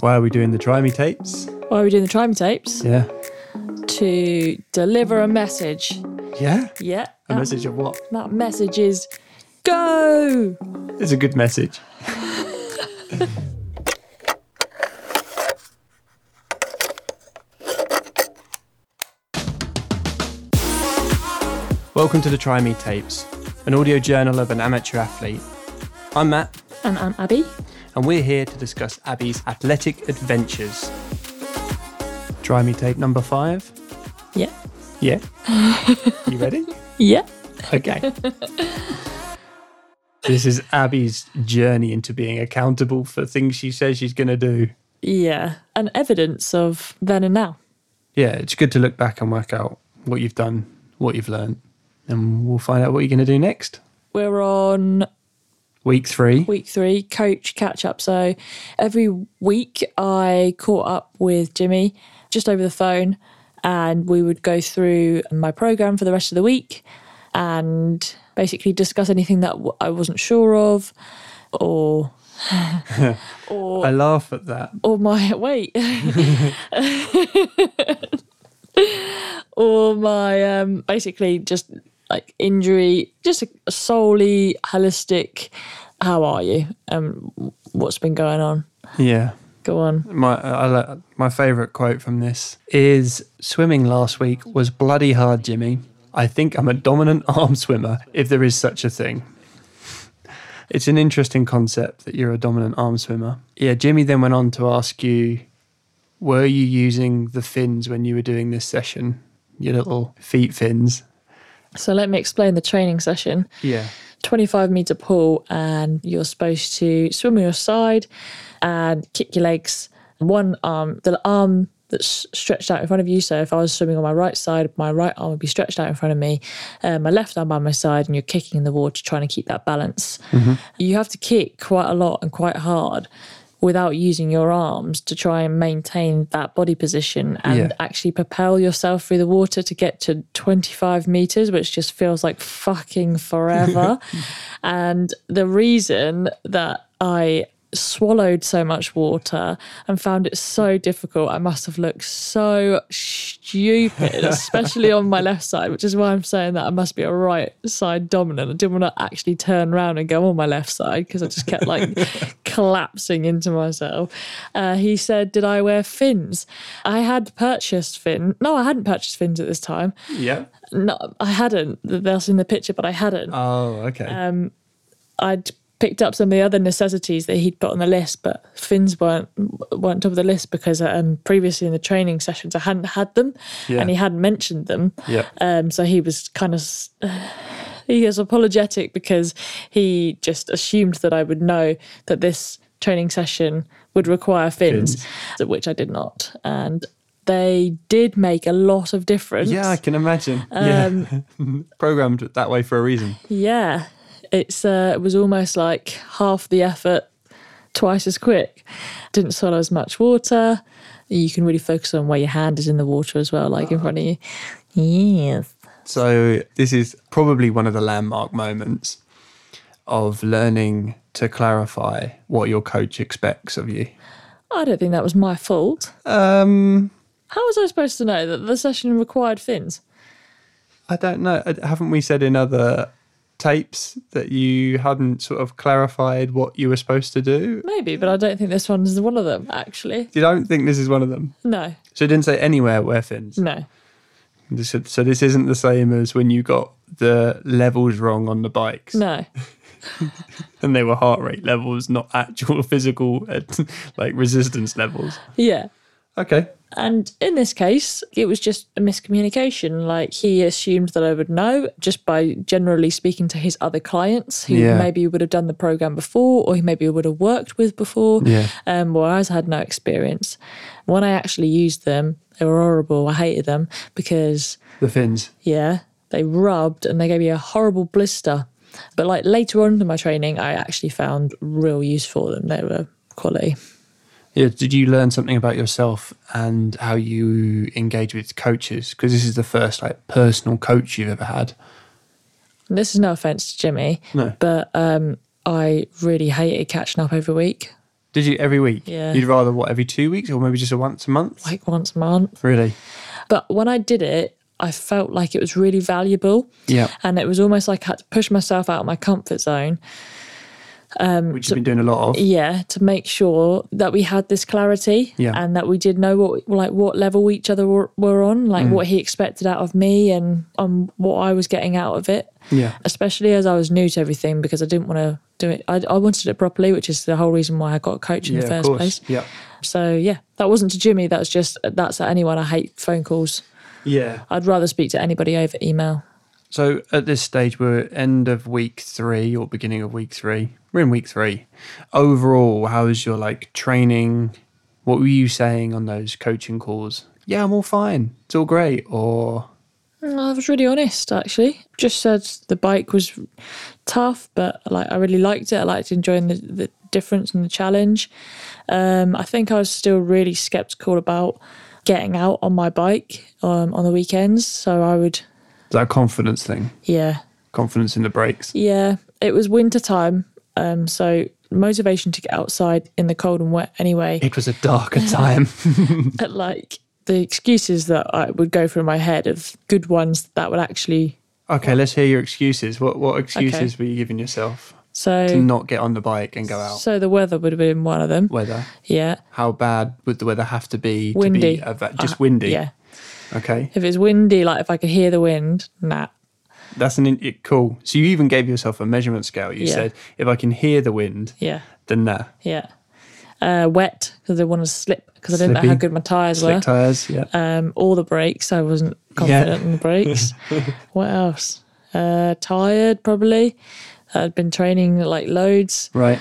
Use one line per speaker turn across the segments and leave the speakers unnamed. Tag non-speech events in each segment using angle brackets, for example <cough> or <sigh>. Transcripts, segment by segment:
Why are we doing the Try Me tapes?
Why are we doing the Try Me tapes?
Yeah.
To deliver a message.
Yeah?
Yeah.
A
that-
message of what?
That message is go.
It's a good message. Welcome to the Try Me tapes, an audio journal of an amateur athlete. I'm Matt,
And I'm Abby.
and we're here to discuss Abby's athletic adventures. Try Me tape number five.
Yeah.
Yeah. you ready?
Yeah.
Okay. <laughs> this is Abby's journey into being accountable for things she says she's going to do.
Yeah. And evidence of then and now.
Yeah, it's good to look back and work out what you've done, what you've learned, and we'll find out what you're going to do next.
We're on
Week three.
week three, coach catch up. So every week I caught up with Jimmy just over the phone and we would go through my program for the rest of the week and basically discuss anything that w- I wasn't sure of or
I laugh at that.
or my <laughs> wait or my um basically just like injury just a solely holistic how are you um what's been going on
Yeah.
go on
My I, lo- my favorite quote from this is swimming last week was bloody hard, Jimmy. I think I'm a dominant <laughs> arm swimmer if there is such a thing. It's an interesting concept that you're a dominant arm swimmer. Yeah, Jimmy then went on to ask you were you using the fins when you were doing this session? Your little feet fins.
so let me explain the training session
Yeah.
25 meter pool and you're supposed to swim on your side and kick your legs one arm the arm that's stretched out in front of you so if i was swimming on my right side my right arm would be stretched out in front of me uh, my left arm by my side and you're kicking in the water trying to keep that balance you have to kick quite a lot and quite hard without using your arms to try and maintain that body position and
Yeah.
actually propel yourself through the water to get to 25 meters, which just feels like fucking forever. and the reason that I swallowed so much water and found it so difficult, I must have looked so stupid, especially on my left side, which is why I'm saying that I must be a right side dominant. I didn't want to actually turn around and go on my left side because I just kept like collapsing into myself. Uh, he said, Did I wear fins? I had purchased fin. No, I hadn't purchased fins at this time.
Yeah.
No, I hadn't. That's in the picture, but I hadn't.
Oh, okay.
I'd picked up some of the other necessities that he'd put on the list, but fins weren't weren't top of the list because um, previously in the training sessions I hadn't had them,
Yeah.
and he hadn't mentioned them.
Yeah.
Um, so he was kind of s- <sighs> he was apologetic because he just assumed that I would know that this training session would require fins, which I did not, and they did make a lot of difference.
yeah, I can imagine. yeah. <laughs> Programmed that way for a reason.
Yeah, it's uh, it was almost like half the effort, twice as quick. Didn't swallow as much water. You can really focus on where your hand is in the water as well, like in front of you. Yes.
So this is probably one of the landmark moments of learning to clarify what your coach expects of you.
I don't think that was my fault.
Um,
How was I supposed to know that the session required fins?
I don't know. Uh, Haven't we said in other tapes that you hadn't sort of clarified what you were supposed to do?
Maybe, but I don't think this one's one of them, actually.
You don't think this is one of them.
No,
So it didn't say anywhere where fins.
no.
This- So this isn't the same as when you got the levels wrong on the bikes.
No.
And they were heart rate levels, not actual <laughs> physical uh, like resistance levels.
Yeah.
Okay.
And in this case, it was just a miscommunication. Like he assumed that I would know just by generally speaking to his other clients who
Yeah.
maybe would have done the program before or who maybe would have worked with before.
Yeah.
Um, whereas I had no experience. When I actually used them, they were horrible. I hated them because
The fins.
yeah, they rubbed and they gave me a horrible blister. But like later on in my training, I actually found real use for them. They were quality.
Yeah, did you learn something about yourself and how you engage with coaches? Because this is the first like personal coach you've ever had.
And this is no offense to Jimmy,
No.
but um, I really hated catching up every week.
Did you every week?
Yeah.
You'd rather what every two weeks or maybe just a once a month?
like once a month.
Really?
But when I did it, I felt like it was really valuable.
Yeah.
And it was almost like I had to push myself out of my comfort zone. Um,
Which you've been doing a lot of.
Yeah, to make sure that we had this clarity
Yeah.
and that we did know what like what level each other were, were on, like
Mm.
what he expected out of me and on what I was getting out of it.
Yeah.
Especially as I was new to everything because I didn't want to do it. I, I wanted it properly, which is the whole reason why I got a coach in
Yeah,
the
of
first
course.
place.
Yeah.
So yeah, that wasn't to Jimmy. That's just that's at anyone. I hate phone calls.
Yeah.
I'd rather speak to anybody over email.
So at this stage, we're at end of week three or beginning of week three. We're in week three. Overall, how is your like training? What were you saying on those coaching calls? Yeah, I'm all fine. It's all great. Or
Mm, I was really honest, actually. Just said the bike was tough, but like I really liked it. I liked enjoying the, the difference and the challenge. Um, I think I was still really skeptical about getting out on my bike um, on the weekends. So I would,
is that a confidence thing?
yeah,
Confidence in the breaks.
yeah. It was winter time, um, so motivation to get outside in the cold and wet anyway.
It was a darker
<laughs>
time.
at like the excuses that I would go through my head of good ones that would actually
okay, let's hear your excuses. What what excuses were you giving yourself to
so
not get on the bike and go out?
so the weather would have been one of them.
Weather.
Yeah.
How bad would the weather have to be? To
Windy.
be ava- just
Uh,
windy.
Yeah.
Okay.
If it's windy, like if I could hear the wind, nah.
That's an in- it- cool. So you even gave yourself a measurement scale. You
Yeah.
said, if I can hear the wind,
Yeah.
then nah.
Yeah. Uh, wet because I want to slip because I didn't know how
Slippy.
good my tires
Slick
were.
tires. Yeah.
Um, all the brakes, I wasn't confident in the
<laughs>
brakes. what else? Uh, tired probably. I'd been training like loads.
right.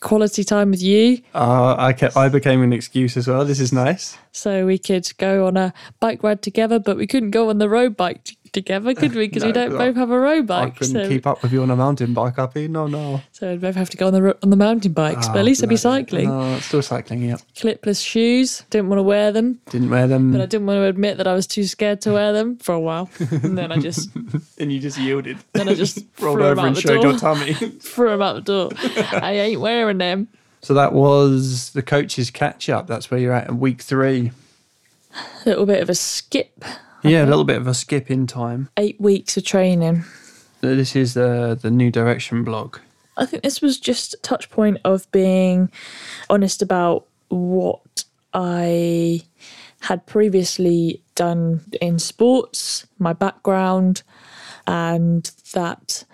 Quality time with you.
Uh, I kept, I became an excuse as well. This is nice.
so we could go on a bike ride together, but we couldn't go on the road bike t- together, could we? Because we
<laughs> No,
don't
I-
both have a road
I
bike,
couldn't
so,
keep up with you on a mountain bike up here. No, no.
so we'd both have to go on the ro- on the mountain bikes. but
Ah,
at least I'd be
bloody-
cycling.
No, it's still cycling. Yeah.
Clipless shoes, didn't want to wear them,
Didn't wear them.
but I didn't want to admit that I was too scared to wear them for a while, and then
<laughs>
I just
and you just yielded.
then I just
<laughs> Rolled
threw 'em
over
out
and
the
showed
door.
your
<laughs>
tummy.
threw them out the door. I ain't wearing them.
so that was the coach's catch up. That's where you're at in week three.
Little bit of a skip.
Yeah, a little bit of a skip in time.
Eight weeks of training.
This is the the new direction blog.
I think this was just a touch point of being honest about what I had previously done in sports, my background, and that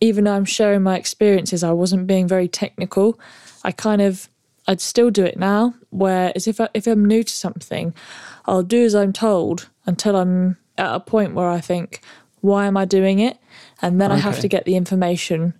even though I'm sharing my experiences, I wasn't being very technical. I kind of I'd still do it now, whereas if I, if I'm new to something, I'll do as I'm told until I'm at a point where I think, why am I doing it? And then I have
Okay.
to get the information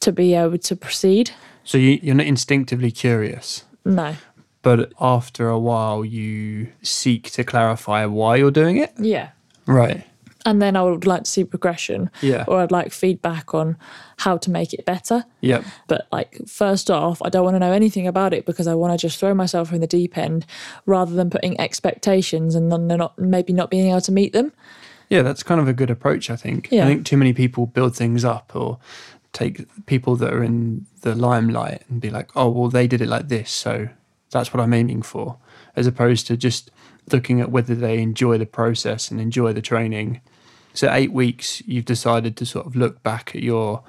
to be able to proceed.
So you, you're not instinctively curious,
No.
but after a while you seek to clarify why you're doing it.
Yeah.
Right.
And then I would like to see progression.
Yeah.
Or I'd like feedback on how to make it better.
Yep.
But like first off, I don't want to know anything about it because I want to just throw myself in the deep end rather than putting expectations and then they're not maybe not being able to meet them.
Yeah, that's kind of a good approach, I think. I
Yeah.
think too many people build things up or take people that are in the limelight and be like, oh, well, they did it like this. So that's what I'm aiming for, as opposed to just looking at whether they enjoy the process and enjoy the training. So, eight weeks, you've decided to sort of look back at your.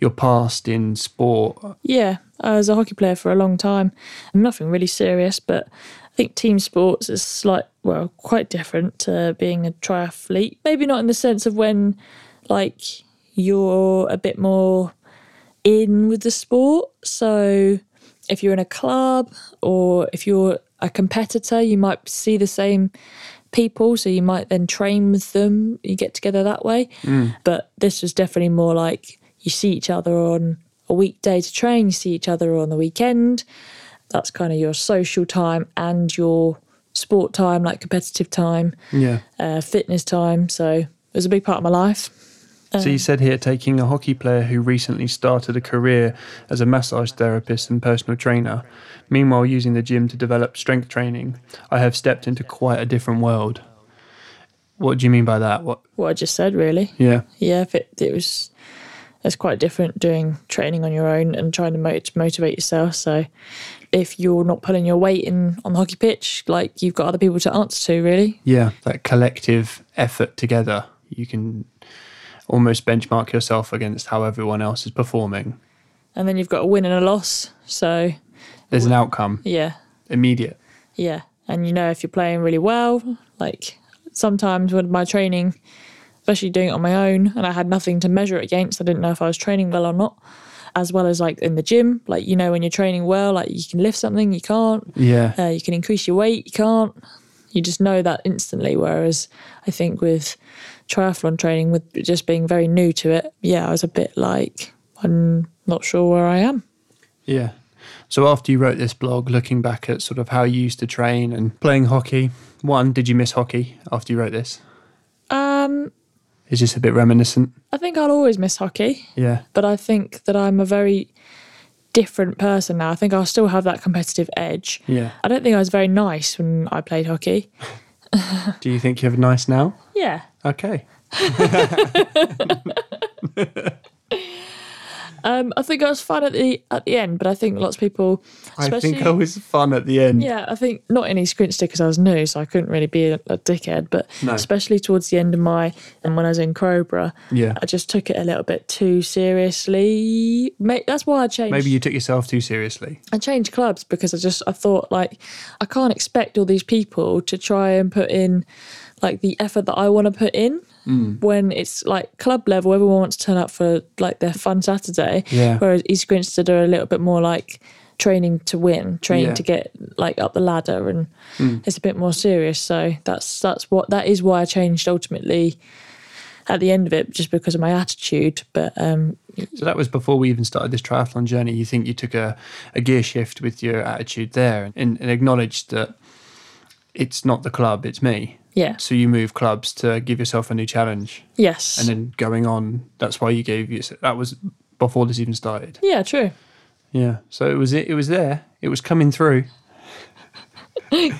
Your past in sport,
Yeah, I was a hockey player for a long time. Nothing really serious, but I think team sports is slight, well, quite different to being a triathlete. Maybe not in the sense of when, like, you're a bit more in with the sport. So if you're in a club or if you're a competitor, you might see the same people. So you might then train with them. You get together that way. But this was definitely more like you see each other on a weekday to train, you see each other on the weekend. That's kind of your social time and your sport time, like competitive time,
yeah.
uh, fitness time. So it was a big part of my life.
So you said here taking a hockey player who recently started a career as a massage therapist and personal trainer, meanwhile using the gym to develop strength training, I have stepped into quite a different world. What do you mean by that? What
What I just said, really.
yeah.
yeah, if it, it was it's quite different doing training on your own and trying to mot- motivate yourself. So if you're not pulling your weight in on the hockey pitch, like you've got other people to answer to, really.
Yeah, that collective effort together. You can almost benchmark yourself against how everyone else is performing.
And then you've got a win and a loss. So
There's an outcome,
yeah,
immediate.
Yeah. And you know, if you're playing really well, like sometimes with my training, especially doing it on my own, and I had nothing to measure it against, I didn't know if I was training well or not. As well as like in the gym, like you know, when you're training well, like you can lift something, you can't,
Yeah.
uh, you can increase your weight, you can't. You just know that instantly. Whereas I think with triathlon training, with just being very new to it, yeah, I was a bit like, I'm not sure where I am.
Yeah. So after you wrote this blog, looking back at sort of how you used to train and playing hockey, one, did you miss hockey after you wrote this?
Um,
Is this a bit reminiscent?
I think I'll always miss hockey.
Yeah.
but I think that I'm a very different person now. I think I'll still have that competitive edge.
Yeah.
I don't think I was very nice when I played hockey.
Do you think you have a nice now?
Yeah.
Okay.
Um, I think I was fun at the at the end, but I think lots of people,
I
especially
think I was fun at the end.
yeah, I think not any screen stickers. I was new, so I couldn't really be a, a dickhead. But
No.
especially towards the end of my and when I was in Crowborough,
Yeah.
I just took it a little bit too seriously. May- That's why I changed.
Maybe you took yourself too seriously.
I changed clubs because I just I thought like I can't expect all these people to try and put in like the effort that I want to put in
Hmm.
when it's like club level everyone wants to turn up for like their fun Saturday
Yeah.
whereas East Grinstead are a little bit more like training to win training
Yeah. Hmm.
to get like up the ladder and it's a bit more serious so that's that's what that is why I changed ultimately at the end of it just because of my attitude but um
So that was before we even started this triathlon journey. You think you took a, a gear shift with your attitude there and, and acknowledged that it's not the club, it's me.
yeah
So you move clubs to give yourself a new challenge
yes
and then going on. That's why you gave you that was before this even started.
yeah true
Yeah. So it was it, it was there. It was coming through.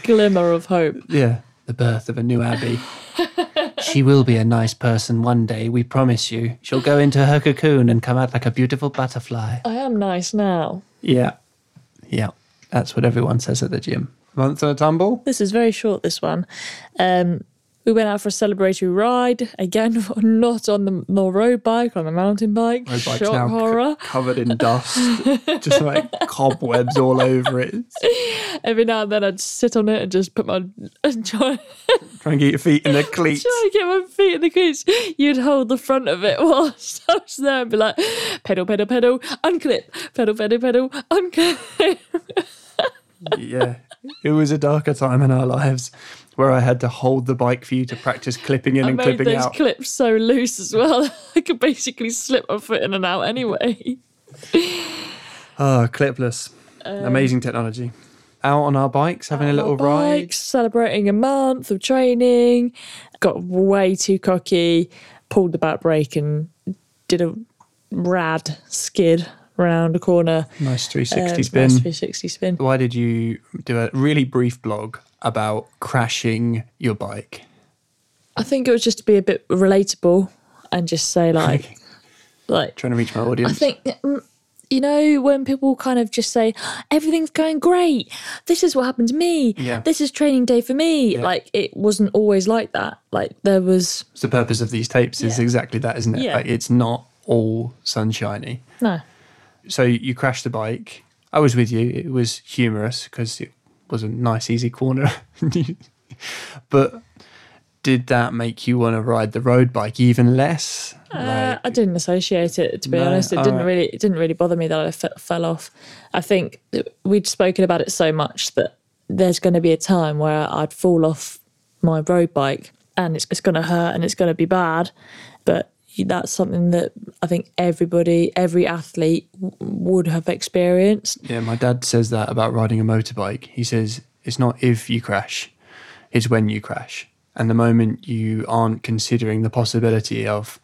glimmer of hope
Yeah. The birth of a new Abbey. she will be a nice person one day, we promise you. She'll go into her cocoon and come out like a beautiful butterfly.
I am nice now.
Yeah. Yeah. That's what everyone says at the gym. Month on a tumble?
This is very short, this one. Um, we went out for a celebratory ride. Again, <laughs> not on the, the road bike, on the mountain bike.
My bike's
Shock
now co-
horror.
covered in dust, just like cobwebs all over it.
Every now and then I'd sit on it and just put my. <laughs> And try,
Try and get your feet in the cleats.
try and get my feet in the crease. You'd hold the front of it <laughs> whilst I was there and be like, pedal, pedal, pedal, unclip, pedal, pedal, pedal, unclip. <laughs>
yeah. It was a darker time in our lives where I had to hold the bike for you to practice clipping in
I
and
made
clipping
those
out.
clips so loose as well. <laughs> I could basically slip my foot in and out anyway.
Ah, clipless.
Um,
Amazing technology. Out on our bikes, having a little ride.
bikes, celebrating a month of training. Got way too cocky, pulled the back brake and did a rad skid round a corner.
Nice 360
Um,
spin.
nice 360 spin.
Why did you do a really brief blog about crashing your bike? <laughs>
I think it was just to be a bit relatable and
<laughs>
just say like, like
Trying to reach my
I
audience.
think. mm, You know, when people kind of just say, everything's going great. This is what happened to me.
Yeah.
This is training day for me. Like, it wasn't always like that. Like, there was
It's the purpose of these tapes is
Yeah.
exactly that, isn't it?
Yeah.
Like it's not all sunshiny.
no.
So you crashed the bike. I was with you. It was humorous because it was a nice, easy corner. <laughs> but did that make you want to ride the road bike even less?
Uh,
Like-
I didn't associate it to be
No,
honest. It
all
didn't
right.
really it didn't really bother me that I f- fell off. I think that we'd spoken about it so much that there's going to be a time where I'd fall off my road bike and it's, it's going to hurt and it's going to be bad. But that's something that I think everybody, every athlete w- would have experienced.
Yeah, my dad says that about riding a motorbike. He says it's not if you crash, it's when you crash. And the moment you aren't considering the possibility of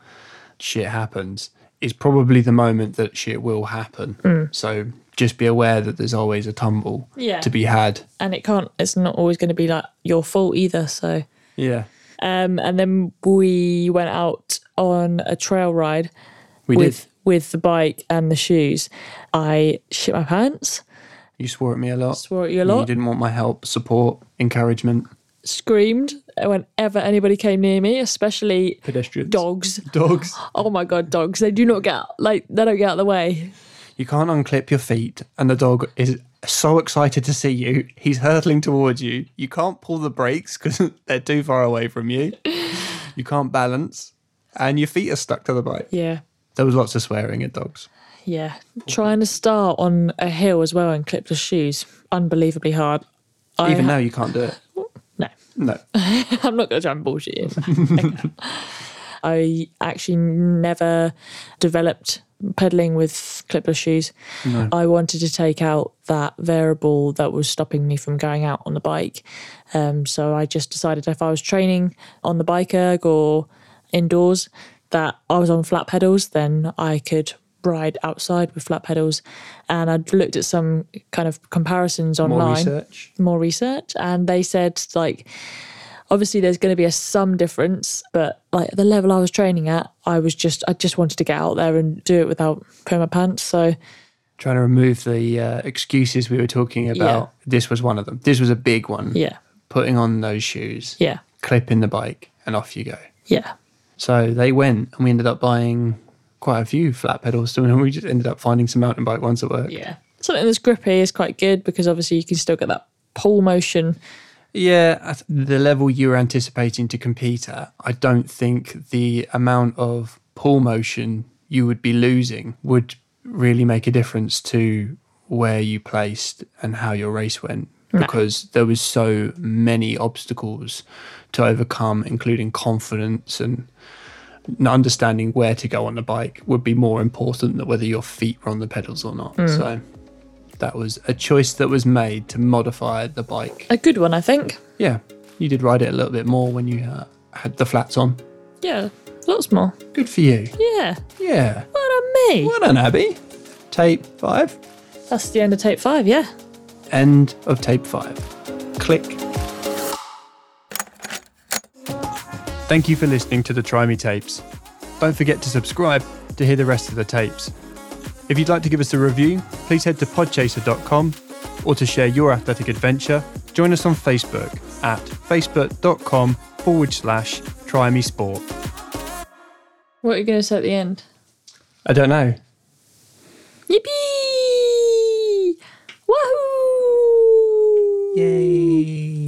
shit happens is probably the moment that shit will happen. So just be aware that there's always a tumble
Yeah.
to be had.
And it can't. It's not always going to be like your fault either. So
Yeah.
um, and then we went out on a trail ride
We
with
did.
with the bike and the shoes, I shit my pants,
You swore at me a lot.
swore at you a
You
lot,
didn't want my help, support, encouragement.
screamed whenever anybody came near me, especially
Pedestrians.
dogs.
Dogs.
Oh my god, dogs! They do not get out- like they don't get out of the way.
You can't unclip your feet, and the dog is so excited to see you. He's hurtling towards you. You can't pull the brakes because <laughs> they're too far away from you. You can't balance, and your feet are stuck to the bike.
Yeah,
There was lots of swearing at dogs.
yeah. Trying to start on a hill as well and clip the shoes, unbelievably hard. I
Even
ha-
now, you can't do it.
no,
No.
<laughs> I'm not going to try and bullshit you. <laughs> I actually never developed pedaling with clipless shoes. I wanted to take out that variable that was stopping me from going out on the bike. Um, so I just decided if I was training on the bike erg or indoors that I was on flat pedals, then I could ride outside with flat pedals. And I'd looked at some kind of comparisons
More
online
research.
more research and they said like obviously there's going to be a some difference but like the level i was training at i was just i just wanted to get out there and do it without pulling my pants so
Trying to remove the uh, excuses we were talking about. This was one of them. This was a big one.
yeah
Putting on those shoes,
yeah
clipping the bike, and off you go.
yeah
So they went, and we ended up buying quite a few flat pedals, and we just ended up finding some mountain bike ones that work.
yeah something that's grippy is quite good because obviously you can still get that pull motion
Yeah, at the level you were anticipating to compete at, I don't think the amount of pull motion you would be losing would really make a difference to where you placed and how your race went because there was so many obstacles to overcome including confidence and n- understanding where to go on the bike would be more important than whether your feet were on the pedals or not so that was a choice that was made to modify the bike
a good one i think
yeah, you did ride it a little bit more when you uh, had the flats on.
yeah lots more
Good for you.
yeah
Yeah.
what on me
Well done, Abby. Tape five.
that's the end of tape five yeah
End of tape five. Click. Thank you for listening to the Try Me Tapes. Don't forget to subscribe to hear the rest of the tapes. If you'd like to give us a review, please head to podchaser.com or to share your athletic adventure, join us on Facebook at facebook.com forward slash try me sport.
what are you going to say at the end
I don't know.
yippee wahoo
Yay.